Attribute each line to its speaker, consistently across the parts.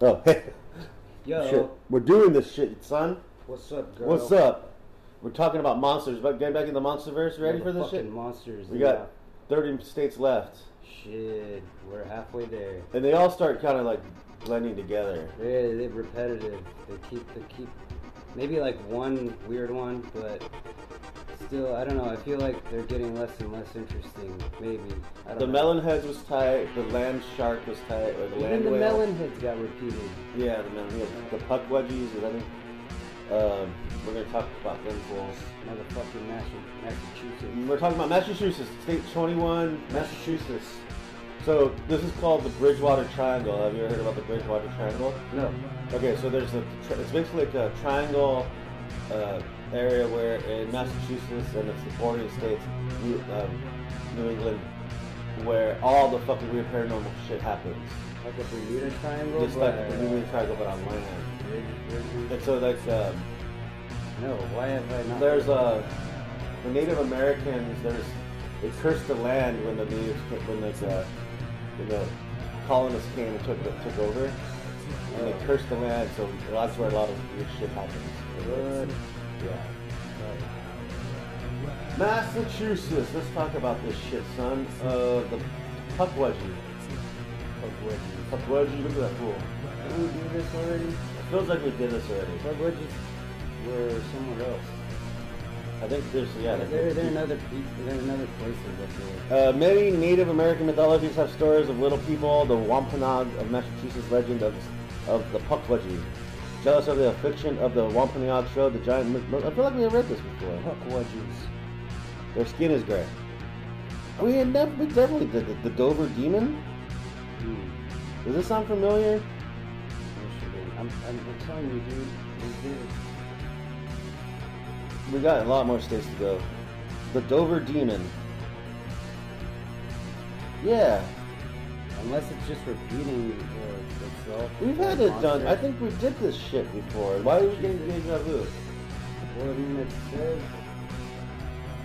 Speaker 1: Oh, hey.
Speaker 2: Yo,
Speaker 1: Shit. We're doing this shit, son.
Speaker 2: what's up, girl?
Speaker 1: What's up? We're talking about monsters, but getting back in the monsterverse. Ready for this shit?
Speaker 2: Fucking monsters.
Speaker 1: We
Speaker 2: yeah.
Speaker 1: got 30 states left.
Speaker 2: shit. We're halfway there.
Speaker 1: And they all start kind of like blending together.
Speaker 2: They're, they're repetitive. They keep they keep maybe like one weird one, but still, I don't know. I feel like they're getting less and less interesting. Maybe I don't
Speaker 1: The
Speaker 2: know.
Speaker 1: melon heads was tight, the land shark was tight, or the
Speaker 2: Even
Speaker 1: land
Speaker 2: the
Speaker 1: whale.
Speaker 2: melon heads got repeated.
Speaker 1: Yeah, the melon heads. The puck wedgies, and then um, we're going to talk about them fools.
Speaker 2: Motherfucking Massa- Massachusetts.
Speaker 1: We're talking about Massachusetts, State 21, Massachusetts. So this is called the Bridgewater Triangle. Have you ever heard about the Bridgewater Triangle?
Speaker 2: No.
Speaker 1: Okay, so there's a tri- it's basically like a triangle uh, area where in Massachusetts and the supporting states, New, um, New England, where all the fucking weird paranormal shit happens.
Speaker 2: Like a Bermuda Triangle.
Speaker 1: Just
Speaker 2: but,
Speaker 1: like the New England Triangle, but on land.
Speaker 2: Triangle.
Speaker 1: And so like um,
Speaker 2: No. Why have I not?
Speaker 1: there's uh, the Native Americans. There's they cursed the land when the natives took- when the uh, when the colonists came and took took over, and they cursed the land. So that's where a lot of weird shit happens.
Speaker 2: What?
Speaker 1: Yeah. Massachusetts. Let's talk about this shit, son. Uh, the puck wedgie.
Speaker 2: Fuck wedgies.
Speaker 1: Puck wedgie. Look at that fool.
Speaker 2: Did we do this already?
Speaker 1: It feels like we did this already.
Speaker 2: Fuck wedgies were somewhere else.
Speaker 1: I think there's yeah.
Speaker 2: There, there are another, pe- there are another places up there.
Speaker 1: Uh, many Native American mythologies have stories of little people, the Wampanoag of Massachusetts legend of, of the Pukwudgie. Jealous of the affliction of the Wampanoag show, the giant... mi- I feel like we have read this before.
Speaker 2: Fuck wedgies.
Speaker 1: Their skin is gray. We had never... We definitely did the, the Dover Demon.
Speaker 2: Hmm.
Speaker 1: Does this sound familiar?
Speaker 2: Michigan. I'm, I'm, I'm telling you, dude. We did.
Speaker 1: We got a lot more states to go. The Dover Demon. Yeah.
Speaker 2: Unless it's just repeating uh, itself.
Speaker 1: We've had
Speaker 2: like
Speaker 1: it done.
Speaker 2: monster.
Speaker 1: I think we did this shit before. Why are we getting deja vu?
Speaker 2: Well, I mean, it says.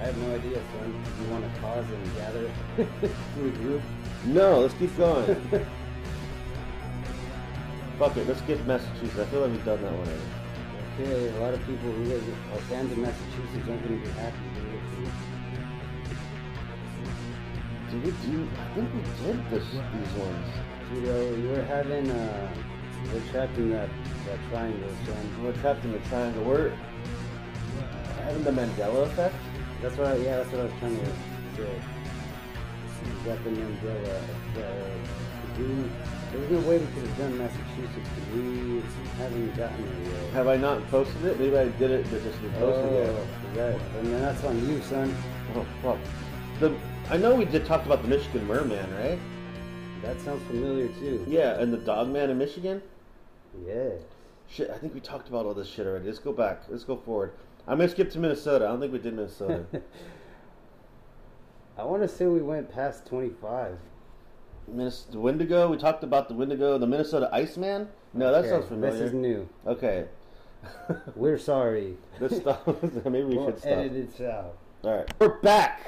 Speaker 2: I have no idea, son. If you want to pause and gather to a group,
Speaker 1: No, let's keep going. Fuck it, let's get Massachusetts. I feel like we've done that one already.
Speaker 2: okay, a lot of people who live or fans in Massachusetts aren't going to be happy. dude.
Speaker 1: Did we do? I think we did this, these ones.
Speaker 2: You know, you were having, uh, we're tracking that, that triangle, son.
Speaker 1: We're trapped in the triangle. We're having the Mandela effect.
Speaker 2: That's what I, yeah, that's what I was trying to say. You got the Mandela. Uh, we, there's no way we could have done Massachusetts because we haven't gotten it yet.
Speaker 1: Have I not posted it? Maybe I did it, but just didn't post it
Speaker 2: Oh,
Speaker 1: yet.
Speaker 2: that, and then that's on you, son.
Speaker 1: Oh fuck. The I know we did talk about the Michigan Merman, right?
Speaker 2: That sounds familiar too.
Speaker 1: Yeah, and the Dogman in Michigan.
Speaker 2: Yeah.
Speaker 1: Shit, I think we talked about all this shit already. Let's go back. Let's go forward. I'm gonna skip to Minnesota. I don't think we did Minnesota.
Speaker 2: I want to say we went past 25.
Speaker 1: Minnes- the Wendigo. We talked about the Wendigo, the Minnesota Iceman. No, that
Speaker 2: Okay,
Speaker 1: sounds familiar.
Speaker 2: This is new.
Speaker 1: okay,
Speaker 2: We're sorry.
Speaker 1: let's stop. Maybe we
Speaker 2: We'll
Speaker 1: should stop.
Speaker 2: edit it out.
Speaker 1: All right, we're back.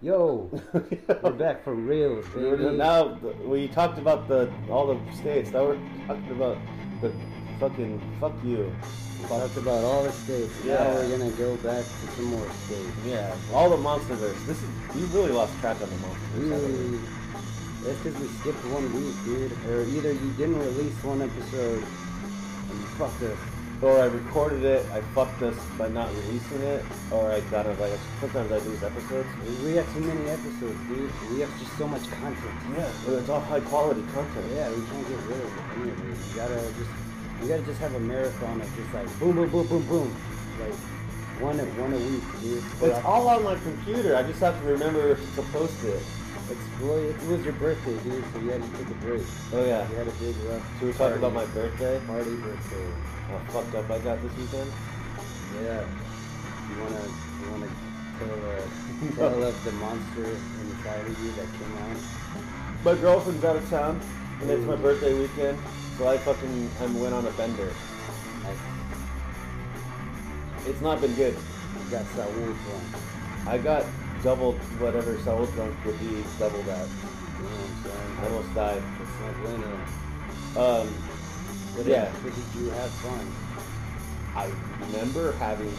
Speaker 2: Yo, we're back for real,
Speaker 1: We were-
Speaker 2: baby.
Speaker 1: now the- we talked about the all the states. Now we're talking about the fucking fuck you.
Speaker 2: We talked about all the states. Now
Speaker 1: Yeah.
Speaker 2: we're gonna go back to some more states.
Speaker 1: Yeah, all the monsterverse. This is you really lost track on the monsterverse.
Speaker 2: We
Speaker 1: haven't you?
Speaker 2: really, that's because we skipped one week, dude. Or either you didn't release one episode and you fucked us.
Speaker 1: Or I recorded it. I fucked us by not releasing it. Or I kind of like sometimes I lose episodes.
Speaker 2: We- We have too many episodes, dude. We have just so much content.
Speaker 1: Yeah, but it's all high quality content.
Speaker 2: Yeah, we can't get rid of any of it. You gotta just, you gotta just have a marathon of just like boom, boom, boom, boom, boom, like one at one a week, dude. uh,
Speaker 1: It's all on my computer. I just have to remember to post it.
Speaker 2: It's boy, it was your birthday, dude, so you had to take a break.
Speaker 1: Oh yeah.
Speaker 2: You had a big rough.
Speaker 1: So we're talking about my birthday.
Speaker 2: party birthday.
Speaker 1: How fucked up I got this weekend.
Speaker 2: Yeah. You wanna you wanna tell uh, tell of the monster inside of you that came out?
Speaker 1: My girlfriend's out of town, and it's my
Speaker 2: Mm.
Speaker 1: birthday weekend, so I fucking I went on a bender.
Speaker 2: Like
Speaker 1: It's not been good.
Speaker 2: you got Saul from.
Speaker 1: I got double whatever soul drunk would be double that.
Speaker 2: You know what
Speaker 1: I
Speaker 2: I'm saying?
Speaker 1: almost died.
Speaker 2: It's not bueno.
Speaker 1: Um,
Speaker 2: But
Speaker 1: Yeah.
Speaker 2: yeah. But did you have fun?
Speaker 1: I remember having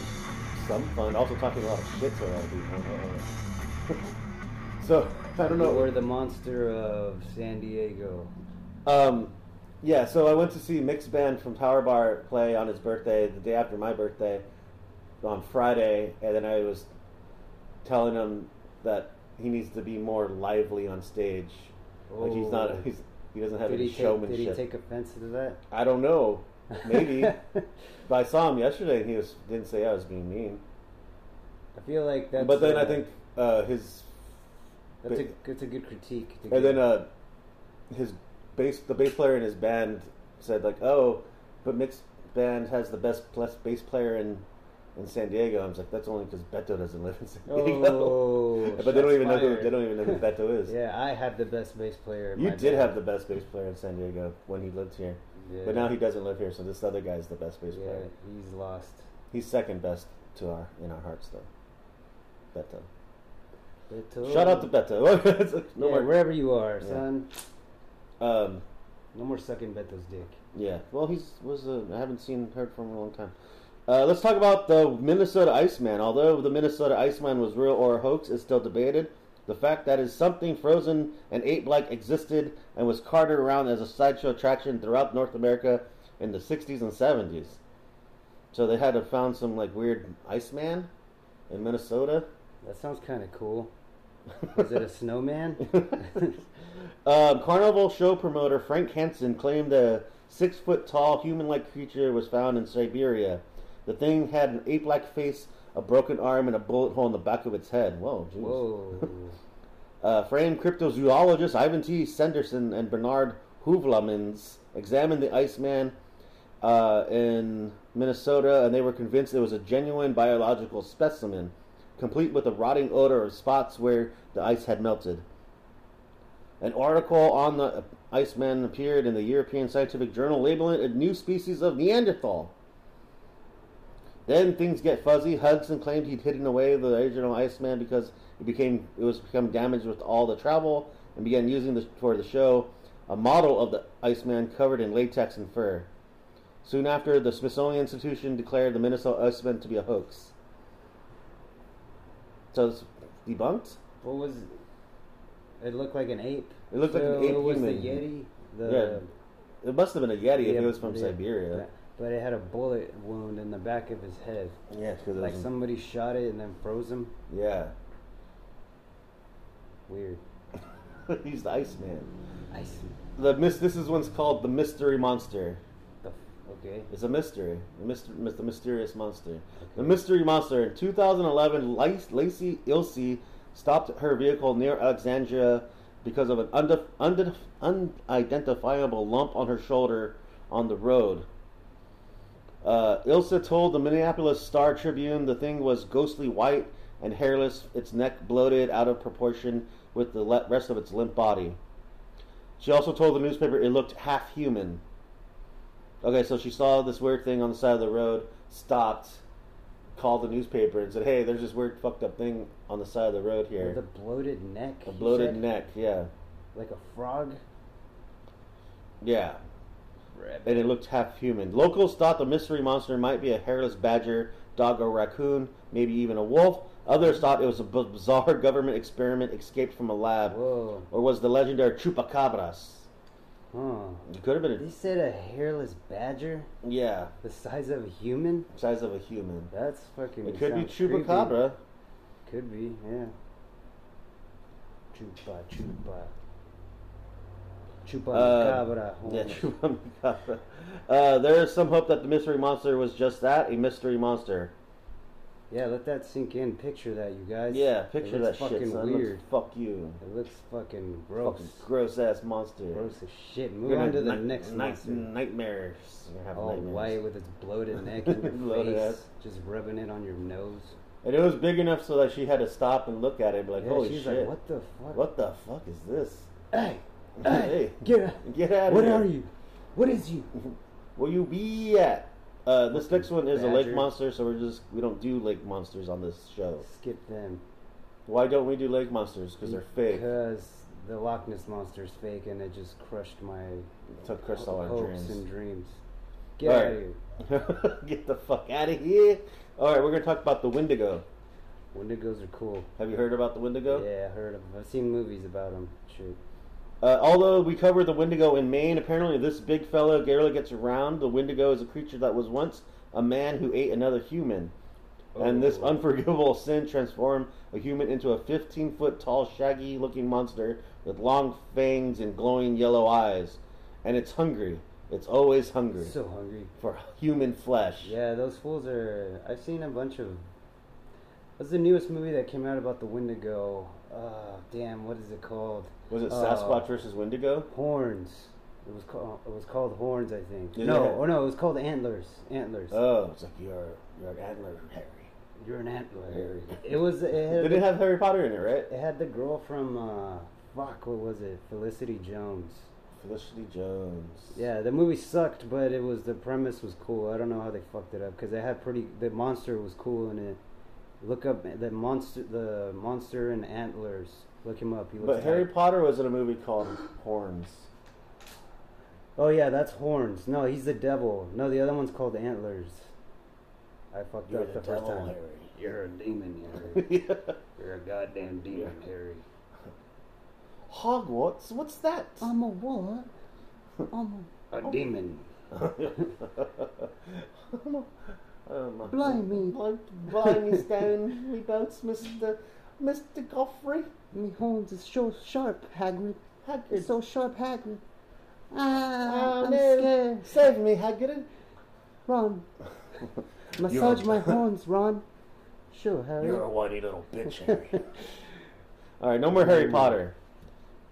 Speaker 1: some fun, also talking a lot of shit to a lot of people. so I don't know.
Speaker 2: You were the monster of San Diego.
Speaker 1: Um, yeah, so I went to see Mixed Band from Power Bar play on his birthday, the day after my birthday, on Friday, and then I was telling him that he needs to be more lively on stage. Like he's not,
Speaker 2: Oh.
Speaker 1: he's, he doesn't have
Speaker 2: did
Speaker 1: any
Speaker 2: he take, did
Speaker 1: showmanship.
Speaker 2: he take offense to that?
Speaker 1: I don't know, maybe. but I saw him yesterday, and he was didn't say I was being mean.
Speaker 2: I feel like that's.
Speaker 1: but then
Speaker 2: uh,
Speaker 1: I think uh, his
Speaker 2: that's a that's a good critique. To
Speaker 1: And
Speaker 2: give.
Speaker 1: then uh, his bass, the bass player in his band said like, "Oh, but mixed band has the best plus bass player in in San Diego." I was like, "That's only because Beto doesn't live in San Diego."
Speaker 2: oh,
Speaker 1: but they don't
Speaker 2: shots
Speaker 1: even know who
Speaker 2: fired.
Speaker 1: they don't even know who Beto is.
Speaker 2: Yeah, I have the best bass player. in
Speaker 1: You
Speaker 2: my
Speaker 1: did
Speaker 2: band.
Speaker 1: have the best bass player in San Diego when he lived here,
Speaker 2: Yeah.
Speaker 1: but now he doesn't live here, so this other guy's the best bass
Speaker 2: Yeah,
Speaker 1: player.
Speaker 2: he's lost.
Speaker 1: He's second best to our in our hearts though. Beto.
Speaker 2: Beto.
Speaker 1: Shout out to Beto. no
Speaker 2: yeah,
Speaker 1: more.
Speaker 2: wherever you are,
Speaker 1: Yeah.
Speaker 2: son.
Speaker 1: Um,
Speaker 2: No more sucking Beto's dick.
Speaker 1: Yeah, well, he's was a, I haven't seen heard from him in a long time. Uh, let's talk about the Minnesota Iceman. Although the Minnesota Iceman was real or a hoax is still debated, the fact that is something frozen and ape-like existed and was carted around as a sideshow attraction throughout North America in the '60s and '70s. So they had to found some like weird Iceman in Minnesota.
Speaker 2: That sounds kind of cool. Is it a snowman?
Speaker 1: Um, carnival show promoter Frank Hansen claimed a six foot tall human like creature was found in Siberia. The thing had an ape like face, a broken arm, and a bullet hole in the back of its head. Whoa, jeez.
Speaker 2: Whoa.
Speaker 1: Uh, framed cryptozoologists Ivan T. Senderson and Bernard Hoovlamans examined the Iceman uh, in Minnesota, and they were convinced it was a genuine biological specimen, complete with a rotting odor of spots where the ice had melted. An article on the Iceman appeared in the European Scientific Journal labeling it a new species of Neanderthal. Then things get fuzzy. Hudson claimed he'd hidden away the original Iceman because it became it was become damaged with all the travel and began using this for the show a model of the Iceman covered in latex and fur. Soon after, the Smithsonian Institution declared the Minnesota Iceman to be a hoax. So it's debunked.
Speaker 2: what was? It looked like an ape.
Speaker 1: It looked like an
Speaker 2: So
Speaker 1: ape
Speaker 2: It was the Yeti.
Speaker 1: human.
Speaker 2: The,
Speaker 1: It must have been a Yeti if
Speaker 2: the-
Speaker 1: it was from
Speaker 2: the-
Speaker 1: Siberia.
Speaker 2: But it had a bullet wound in the back of his head.
Speaker 1: Yeah, because
Speaker 2: Like somebody shot it and then froze him.
Speaker 1: yeah,
Speaker 2: Weird.
Speaker 1: he's the Iceman.
Speaker 2: Ice.
Speaker 1: The mis- this is one's called the mystery monster.
Speaker 2: The f- okay.
Speaker 1: It's a mystery. The, myster- mis- the mysterious monster. The
Speaker 2: Okay.
Speaker 1: mystery monster. In 2011, Lac- Lacey Ilse stopped her vehicle near Alexandria because of an unde- unde- unidentifiable lump on her shoulder on the road. Uh, Ilse told the Minneapolis Star Tribune the thing was ghostly white and hairless, its neck bloated out of proportion with the le- rest of its limp body. She also told the newspaper it looked half human. Okay, so she saw this weird thing on the side of the road, stopped, called the newspaper, and said, "Hey, there's this weird fucked up thing on the side of the road
Speaker 2: With a
Speaker 1: here.
Speaker 2: bloated neck.
Speaker 1: A
Speaker 2: you
Speaker 1: bloated
Speaker 2: said?
Speaker 1: neck, yeah,
Speaker 2: Like a frog.
Speaker 1: yeah." And it looked half human. Locals thought the mystery monster might be a hairless badger, dog, or raccoon, maybe even a wolf. Others thought it was a b- bizarre government experiment escaped from a lab,
Speaker 2: Whoa.
Speaker 1: or was the legendary chupacabras.
Speaker 2: Huh.
Speaker 1: It could have been,
Speaker 2: They said a hairless badger
Speaker 1: a, yeah,
Speaker 2: the size of a human.
Speaker 1: size of a human.
Speaker 2: That's fucking.
Speaker 1: It could be
Speaker 2: sounds creepy.
Speaker 1: chupacabra.
Speaker 2: Could be, yeah. Chupa chupa. Chupa
Speaker 1: Uh,
Speaker 2: cabra.
Speaker 1: Yeah, Chupacabra. Uh, there is some hope that the mystery monster was just that, a mystery monster.
Speaker 2: Yeah, let that sink in. Picture that, you guys.
Speaker 1: Yeah, picture
Speaker 2: it
Speaker 1: that shit.
Speaker 2: looks Fucking
Speaker 1: son. It looks-
Speaker 2: weird.
Speaker 1: fuck you.
Speaker 2: It looks fucking gross.
Speaker 1: Gross. gross ass monster.
Speaker 2: Gross as shit. Move
Speaker 1: You're
Speaker 2: on to
Speaker 1: gonna
Speaker 2: the
Speaker 1: night-
Speaker 2: next
Speaker 1: night-
Speaker 2: monster. Oh,
Speaker 1: Nightmares. You're gonna have
Speaker 2: All
Speaker 1: nightmares.
Speaker 2: white with its bloated neck and your
Speaker 1: Bloated
Speaker 2: face,
Speaker 1: ass.
Speaker 2: just rubbing it on your nose.
Speaker 1: And it was big enough so that she had to stop and look at it, and be like,
Speaker 2: yeah,
Speaker 1: holy
Speaker 2: she's
Speaker 1: shit,
Speaker 2: like, what the fuck?
Speaker 1: what the fuck is this?
Speaker 2: Hey,
Speaker 1: Hey.
Speaker 2: hey, get out!
Speaker 1: Get out of
Speaker 2: What
Speaker 1: here!
Speaker 2: are you? What is you?
Speaker 1: Where you be at? Uh, this next one is a lake
Speaker 2: Badger.
Speaker 1: monster, so we're just we don't do lake monsters on this show.
Speaker 2: Skip them.
Speaker 1: Why don't we do lake monsters? Because they're fake.
Speaker 2: Because the Loch Ness monster's fake, and it just crushed my
Speaker 1: to crush all our
Speaker 2: hopes
Speaker 1: dreams.
Speaker 2: and dreams. Get
Speaker 1: All
Speaker 2: out
Speaker 1: right.
Speaker 2: of here.
Speaker 1: Get the fuck out of here. All right, we're gonna talk about the Wendigo.
Speaker 2: Wendigos are cool.
Speaker 1: Have you heard about the Wendigo?
Speaker 2: Yeah, I heard of. I've seen movies about them. Shoot.
Speaker 1: Uh, although we covered the Wendigo in Maine, apparently this big fellow barely gets around. The Wendigo is a creature that was once a man who ate another human, and this
Speaker 2: Oh.
Speaker 1: unforgivable sin transformed a human into a 15-foot tall, shaggy-looking monster with long fangs and glowing yellow eyes. And it's hungry. It's always hungry
Speaker 2: So hungry.
Speaker 1: for human flesh.
Speaker 2: Yeah, those fools are. I've seen a bunch of. What's the newest movie that came out about the Wendigo? Uh, damn, what is it called?
Speaker 1: Was it
Speaker 2: Uh,
Speaker 1: Sasquatch versus Wendigo?
Speaker 2: Horns. It was called. It was called Horns, I think.
Speaker 1: Yeah.
Speaker 2: No, oh no, it was called Antlers. Antlers.
Speaker 1: Oh, it's like you're you're an antler, Harry.
Speaker 2: You're an antler. It was. It had,
Speaker 1: They didn't have Harry Potter in it, right?
Speaker 2: It had the girl from. Uh, fuck, what was it? Felicity Jones.
Speaker 1: Felicity Jones.
Speaker 2: Yeah, the movie sucked, but it was the premise was cool. I don't know how they fucked it up because they had pretty. The monster was cool in it. Look up the monster, the monster and antlers. Look him up. He looks.
Speaker 1: But Harry
Speaker 2: like-
Speaker 1: Potter was in a movie called Horns.
Speaker 2: oh yeah, that's horns. No, he's the devil. No, the other one's called antlers. I fucked
Speaker 1: You're
Speaker 2: up
Speaker 1: the
Speaker 2: the first
Speaker 1: devil,
Speaker 2: time.
Speaker 1: Harry.
Speaker 2: You're a demon, Harry. You're a goddamn demon, Harry.
Speaker 1: Hogwarts? What's that?
Speaker 2: I'm a what? I'm a, demon.
Speaker 1: Oh,
Speaker 2: Blimey.
Speaker 1: Blimey, Stone. We both, Mr. Mr. Godfrey.
Speaker 2: Me horns is so sharp, Hagrid.
Speaker 1: Hagrid.
Speaker 2: so sharp, Hagrid. Ah,
Speaker 1: Oh, no. Save me, Hagrid.
Speaker 2: Ron,
Speaker 1: massage You're- my
Speaker 2: horns, Ron. Sure, Harry.
Speaker 1: You're a whiny little bitch, Harry. All right, no more Harry Potter.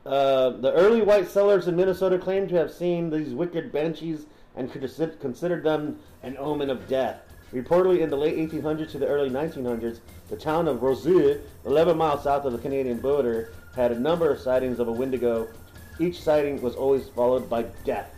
Speaker 1: Uh, the early white settlers in Minnesota claimed to have seen these wicked banshees and could consi- considered them an omen of death. Reportedly, in the late 1800s to the early 1900s, the town of Roseux, 11 miles south of the Canadian border, had a number of sightings of a Wendigo. Each sighting was always followed by death.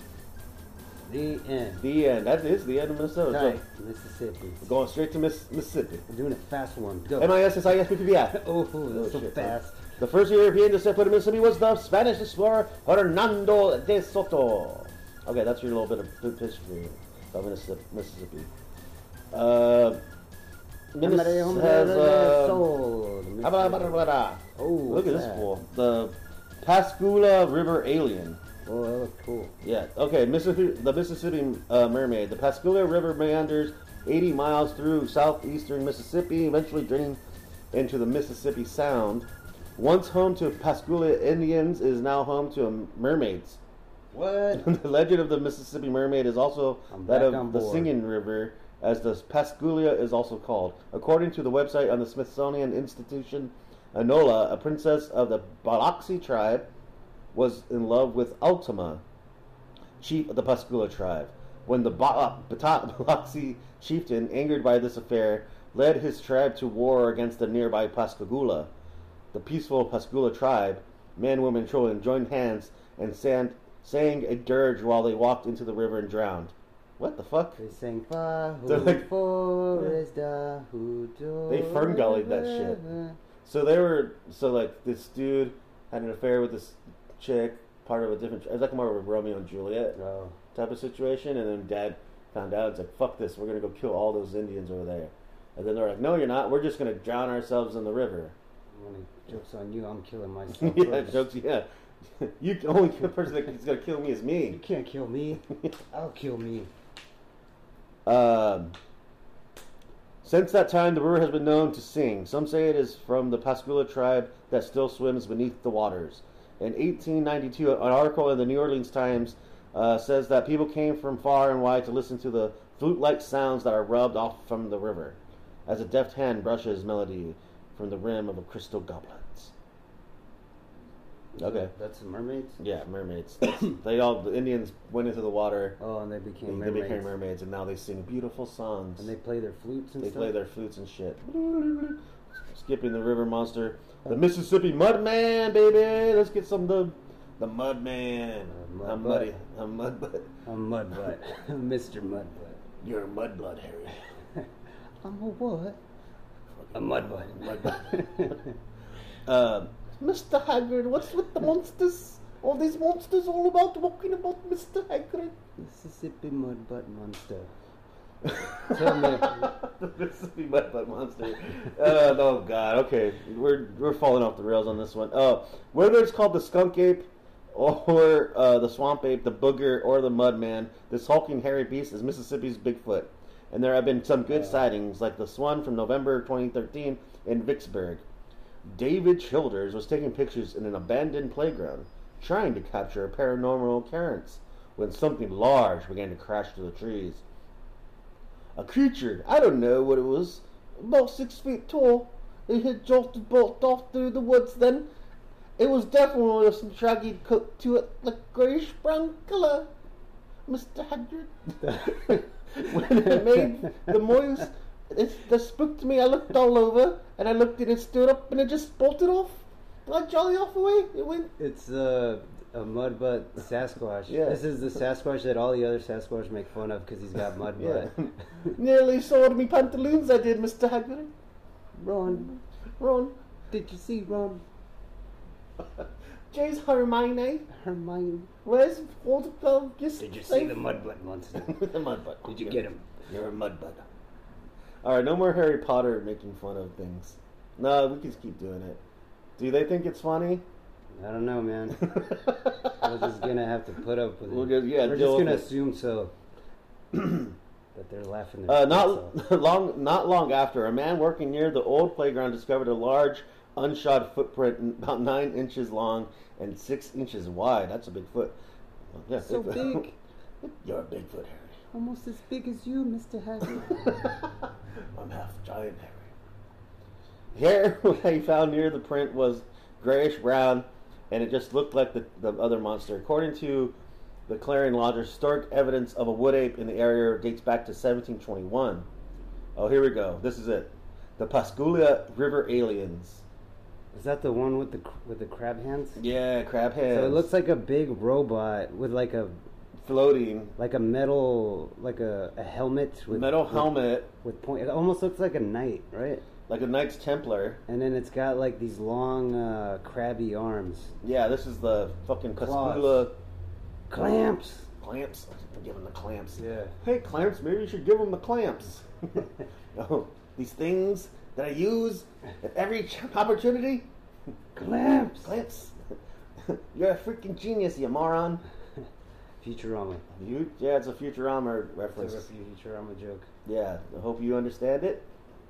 Speaker 2: The end.
Speaker 1: The end. That is the end of Minnesota. So,
Speaker 2: Tight, Mississippi.
Speaker 1: we're going straight to Miss- Mississippi.
Speaker 2: We're doing a fast one. Go.
Speaker 1: MIS is ISBTBI.
Speaker 2: oh, that's
Speaker 1: Oh,
Speaker 2: so
Speaker 1: shit, man.
Speaker 2: fast.
Speaker 1: The first European to set foot in Mississippi was the Spanish explorer Hernando de Soto. Okay, that's your little bit of bit history of Missis- Mississippi. Uh, Minnes-
Speaker 2: Somebody home
Speaker 1: has,
Speaker 2: there,
Speaker 1: uh,
Speaker 2: sold.
Speaker 1: blah, blah, blah, blah, blah.
Speaker 2: Oh,
Speaker 1: Look
Speaker 2: what's
Speaker 1: at this
Speaker 2: that?
Speaker 1: fool. The Pascagoula River Alien.
Speaker 2: Oh, that looks cool.
Speaker 1: Yeah. Okay. Mississippi, the Mississippi uh, Mermaid. The Pascagoula River meanders 80 miles through southeastern Mississippi, eventually draining into the Mississippi Sound. Once home to Pascagoula Indians, it is now home to um, mermaids.
Speaker 2: What?
Speaker 1: the legend of the Mississippi Mermaid is also
Speaker 2: I'm
Speaker 1: that
Speaker 2: back on
Speaker 1: of the
Speaker 2: board.
Speaker 1: Singing River, as the Pascagoula is also called. According to the website on the Smithsonian Institution, Enola, a princess of the Biloxi tribe, was in love with Ultima, chief of the Pascagoula tribe. When the Ba- Bata- Biloxi chieftain, angered by this affair, led his tribe to war against the nearby Pascagoula, the peaceful Pascagoula tribe, men, women, children, joined hands and sang, sang a dirge while they walked into the river and drowned. What the fuck?
Speaker 2: They sang Fahu
Speaker 1: They're like-
Speaker 2: Forest Dahu
Speaker 1: They fern gullied that shit. So they were so like this dude had an affair with this chick, part of a different. It was like more of a Romeo and Juliet
Speaker 2: Oh,
Speaker 1: type of situation, and then Dad found out. It's like fuck this, we're gonna go kill all those Indians over there. And then they're like, no, you're not. We're just gonna drown ourselves in the river.
Speaker 2: when it jokes on you, I'm killing myself.
Speaker 1: yeah,
Speaker 2: first.
Speaker 1: jokes. Yeah, you the only person that's gonna kill me is me.
Speaker 2: You can't kill me. I'll kill me.
Speaker 1: Um, since that time, the river has been known to sing. Some say it is from the Pascagoula tribe that still swims beneath the waters. In 1892, an article in the New Orleans Times uh, says that people came from far and wide to listen to the flute-like sounds that are rubbed off from the river, as a deft hand brushes melody from the rim of a crystal goblet. Okay.
Speaker 2: That's the mermaids?
Speaker 1: Yeah, mermaids. they all the Indians went into the water.
Speaker 2: Oh, and they became
Speaker 1: They,
Speaker 2: mermaids.
Speaker 1: became mermaids, and now they sing beautiful songs.
Speaker 2: And they play their flutes and
Speaker 1: They
Speaker 2: stuff?
Speaker 1: play their flutes and shit. Skipping the river monster. The Mississippi Mudman, baby. Let's get some of the the Mudman. Mud
Speaker 2: Uh, mud
Speaker 1: I'm
Speaker 2: butt.
Speaker 1: muddy. I'm mud butt.
Speaker 2: A mudbutt. Mr. Mudbutt.
Speaker 1: You're a mudblood, Harry.
Speaker 2: I'm a what? A mudbutt.
Speaker 1: Mudblood. Um
Speaker 3: Mr. Hagrid, what's with the monsters? All these monsters all about walking about Mr. Hagrid.
Speaker 2: Mississippi mudbutt monster. Tell me,
Speaker 1: this would be my butt monster. Uh, oh God. Okay, we're we're falling off the rails on this one. Uh, whether it's called the skunk ape, or uh, the swamp ape, the booger, or the mud man, this hulking hairy beast is Mississippi's Bigfoot, and there have been some good sightings, like this one from November 2013 in Vicksburg. David Childers was taking pictures in an abandoned playground, trying to capture a paranormal occurrence, when something large began to crash through the trees a creature. I don't know what it was. About six feet tall. It had jolted bolt off through the woods then. It was definitely of some shaggy coat to it, like grayish brown color. Mr. Hagrid. when it made the noise, it, that spooked me. I looked all over, and I looked and it stood up, and it just bolted off. And I jolly off away. It went.
Speaker 2: it's uh, a mudbutt Sasquatch.
Speaker 1: Yeah.
Speaker 2: This is the Sasquatch that all the other Sasquatch make fun of because he's got mudbutt.
Speaker 1: Yeah.
Speaker 3: Nearly soiled me pantaloons, I did, Mr. Hagrid.
Speaker 2: Ron,
Speaker 3: Ron,
Speaker 2: did you see Ron
Speaker 3: Jay's Hermione.
Speaker 2: Hermione?
Speaker 3: Where's Waterfell? Just
Speaker 2: Did you see
Speaker 3: say-
Speaker 2: the mudbutt monster?
Speaker 1: the mud butt.
Speaker 2: Did you get him?
Speaker 1: You're a mud bug. All right, no more Harry Potter making fun of things. No, we can just keep doing it. Do they think it's funny?
Speaker 2: I don't know, man. We're just
Speaker 1: We're
Speaker 2: gonna have to put up with it.
Speaker 1: just, yeah,
Speaker 2: We're
Speaker 1: deal
Speaker 2: just
Speaker 1: with
Speaker 2: gonna
Speaker 1: it.
Speaker 2: assume so. that they're laughing. Their
Speaker 1: Uh,
Speaker 2: butts
Speaker 1: not long, not long after, a man working near the old playground discovered a large, unshod footprint n- about nine inches long and six inches wide. That's a big foot. Yeah,
Speaker 2: off. so
Speaker 1: foot.
Speaker 2: big,
Speaker 1: You're a Bigfoot, Harry.
Speaker 2: almost as big as you, Mister Hagrid.
Speaker 1: I'm half giant, Harry. Here, what I found near the print was grayish brown, and it just looked like the, the other monster. According to the Clarion Lodger, historic evidence of a wood ape in the area dates back to 1721. Oh, here we go. This is it. The Pasculia River aliens.
Speaker 2: Is that the one with the cr- with the crab hands?
Speaker 1: Yeah, crab heads.
Speaker 2: So it looks like a big robot with like a
Speaker 1: floating
Speaker 2: like a metal like a, a helmet with
Speaker 1: metal
Speaker 2: with-
Speaker 1: helmet,
Speaker 2: with point. It almost looks like a knight, right?
Speaker 1: like a Knights Templar.
Speaker 2: And then it's got like these long uh, crabby arms,
Speaker 1: Yeah, this is the fucking
Speaker 2: Claws.
Speaker 1: Pasculia
Speaker 2: clamps.
Speaker 1: clamps. Give him the clamps.
Speaker 2: Yeah.
Speaker 1: Hey, clamps, maybe you should give them the clamps. oh, these things that I use at every ch- opportunity?
Speaker 2: Clamps.
Speaker 1: Clamps. You're a freaking genius, you moron.
Speaker 2: Futurama.
Speaker 1: You, yeah, it's a Futurama reference.
Speaker 2: It's a Futurama joke.
Speaker 1: yeah, I hope you understand it.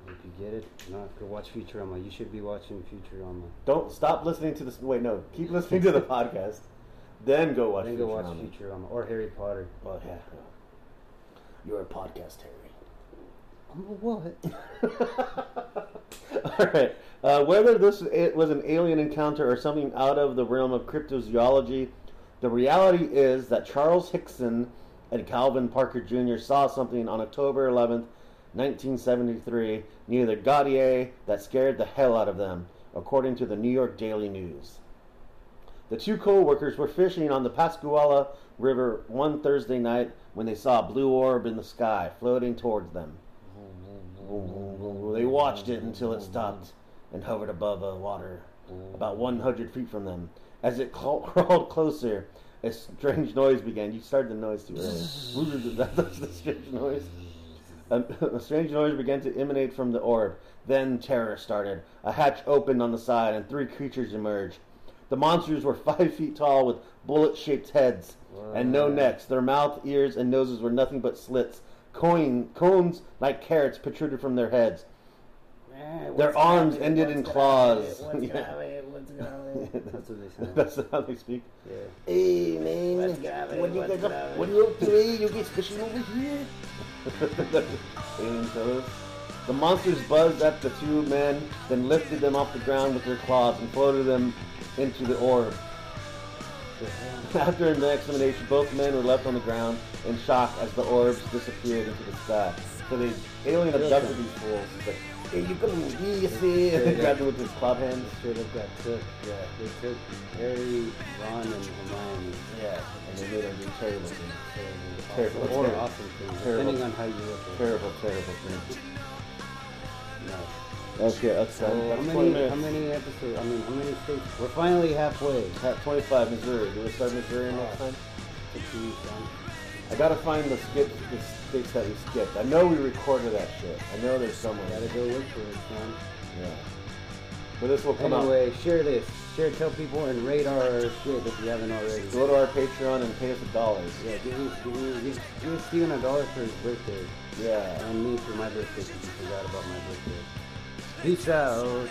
Speaker 2: If you get it, no, go watch Futurama. You should be watching Futurama.
Speaker 1: Don't stop listening to this. Wait, no, keep listening to the podcast. Then go watch
Speaker 2: Then
Speaker 1: Futurama.
Speaker 2: go watch Futurama or Harry Potter.
Speaker 1: Oh, yeah. You're a podcast, Harry.
Speaker 2: What?
Speaker 1: All right. Uh, whether this it was an alien encounter or something out of the realm of cryptozoology, the reality is that Charles Hickson and Calvin Parker Jr. saw something on October 11th, 1973, near the Gaudier that scared the hell out of them, according to the New York Daily News. The two co-workers were fishing on the Pascuala River one Thursday night when they saw a blue orb in the sky floating towards them. They watched it until it stopped and hovered above the water, about 100 feet from them. As it cla- crawled closer, a strange noise began. You started the noise too early. that was the strange noise. A, a strange noise began to emanate from the orb. Then terror started. A hatch opened on the side, and three creatures emerged. The monsters were five feet tall with bullet shaped heads and no
Speaker 2: Wow.
Speaker 1: necks. Their mouth, ears, and noses were nothing but slits. Coin, cones like carrots protruded from their heads. Their arms ended in claws. Yeah.
Speaker 2: That's what they sound.
Speaker 1: That's how they speak.
Speaker 2: yeah.
Speaker 1: Hey man, what you guys up? What you up today? You get fishing over here? Alien fellows. The monsters buzzed at the two men, then lifted them off the ground with their claws and floated them into the orb. After the examination, both men were left on the ground in shock as the orbs disappeared into the sky. So the alien abducted these fools. He's like, hey, you come with me, you see? And they grabbed him with his club hands.
Speaker 2: Straight up got took. Yeah, they took Harry, Ron, and Hermione.
Speaker 1: Yeah, and they made him do terrible things.
Speaker 2: Terrible,
Speaker 1: Terrible,
Speaker 2: or
Speaker 1: terrible.
Speaker 2: awesome things,
Speaker 1: Terrible.
Speaker 2: depending on how you look at it.
Speaker 1: Terrible, terrible things.
Speaker 2: No.
Speaker 1: Okay, that's,
Speaker 2: So
Speaker 1: that's 20
Speaker 2: how many,
Speaker 1: minutes.
Speaker 2: how many episodes? I mean, how many states? We're finally halfway.
Speaker 1: Top 25, Missouri. Do we start Missouri next
Speaker 2: Uh,
Speaker 1: time? I gotta find the skip the states that we skipped. I know we recorded that shit. I know there's somewhere.
Speaker 2: Gotta go look for it, son.
Speaker 1: Yeah. But this will come
Speaker 2: Anyway, share this. Share, tell people, and rate our shit if you haven't already.
Speaker 1: out. Go to our Patreon and pay us a dollar.
Speaker 2: Yeah, give me, give me, give, give Steven a dollar for his birthday.
Speaker 1: Yeah.
Speaker 2: And me for my birthday because he forgot about my birthday. Peace out.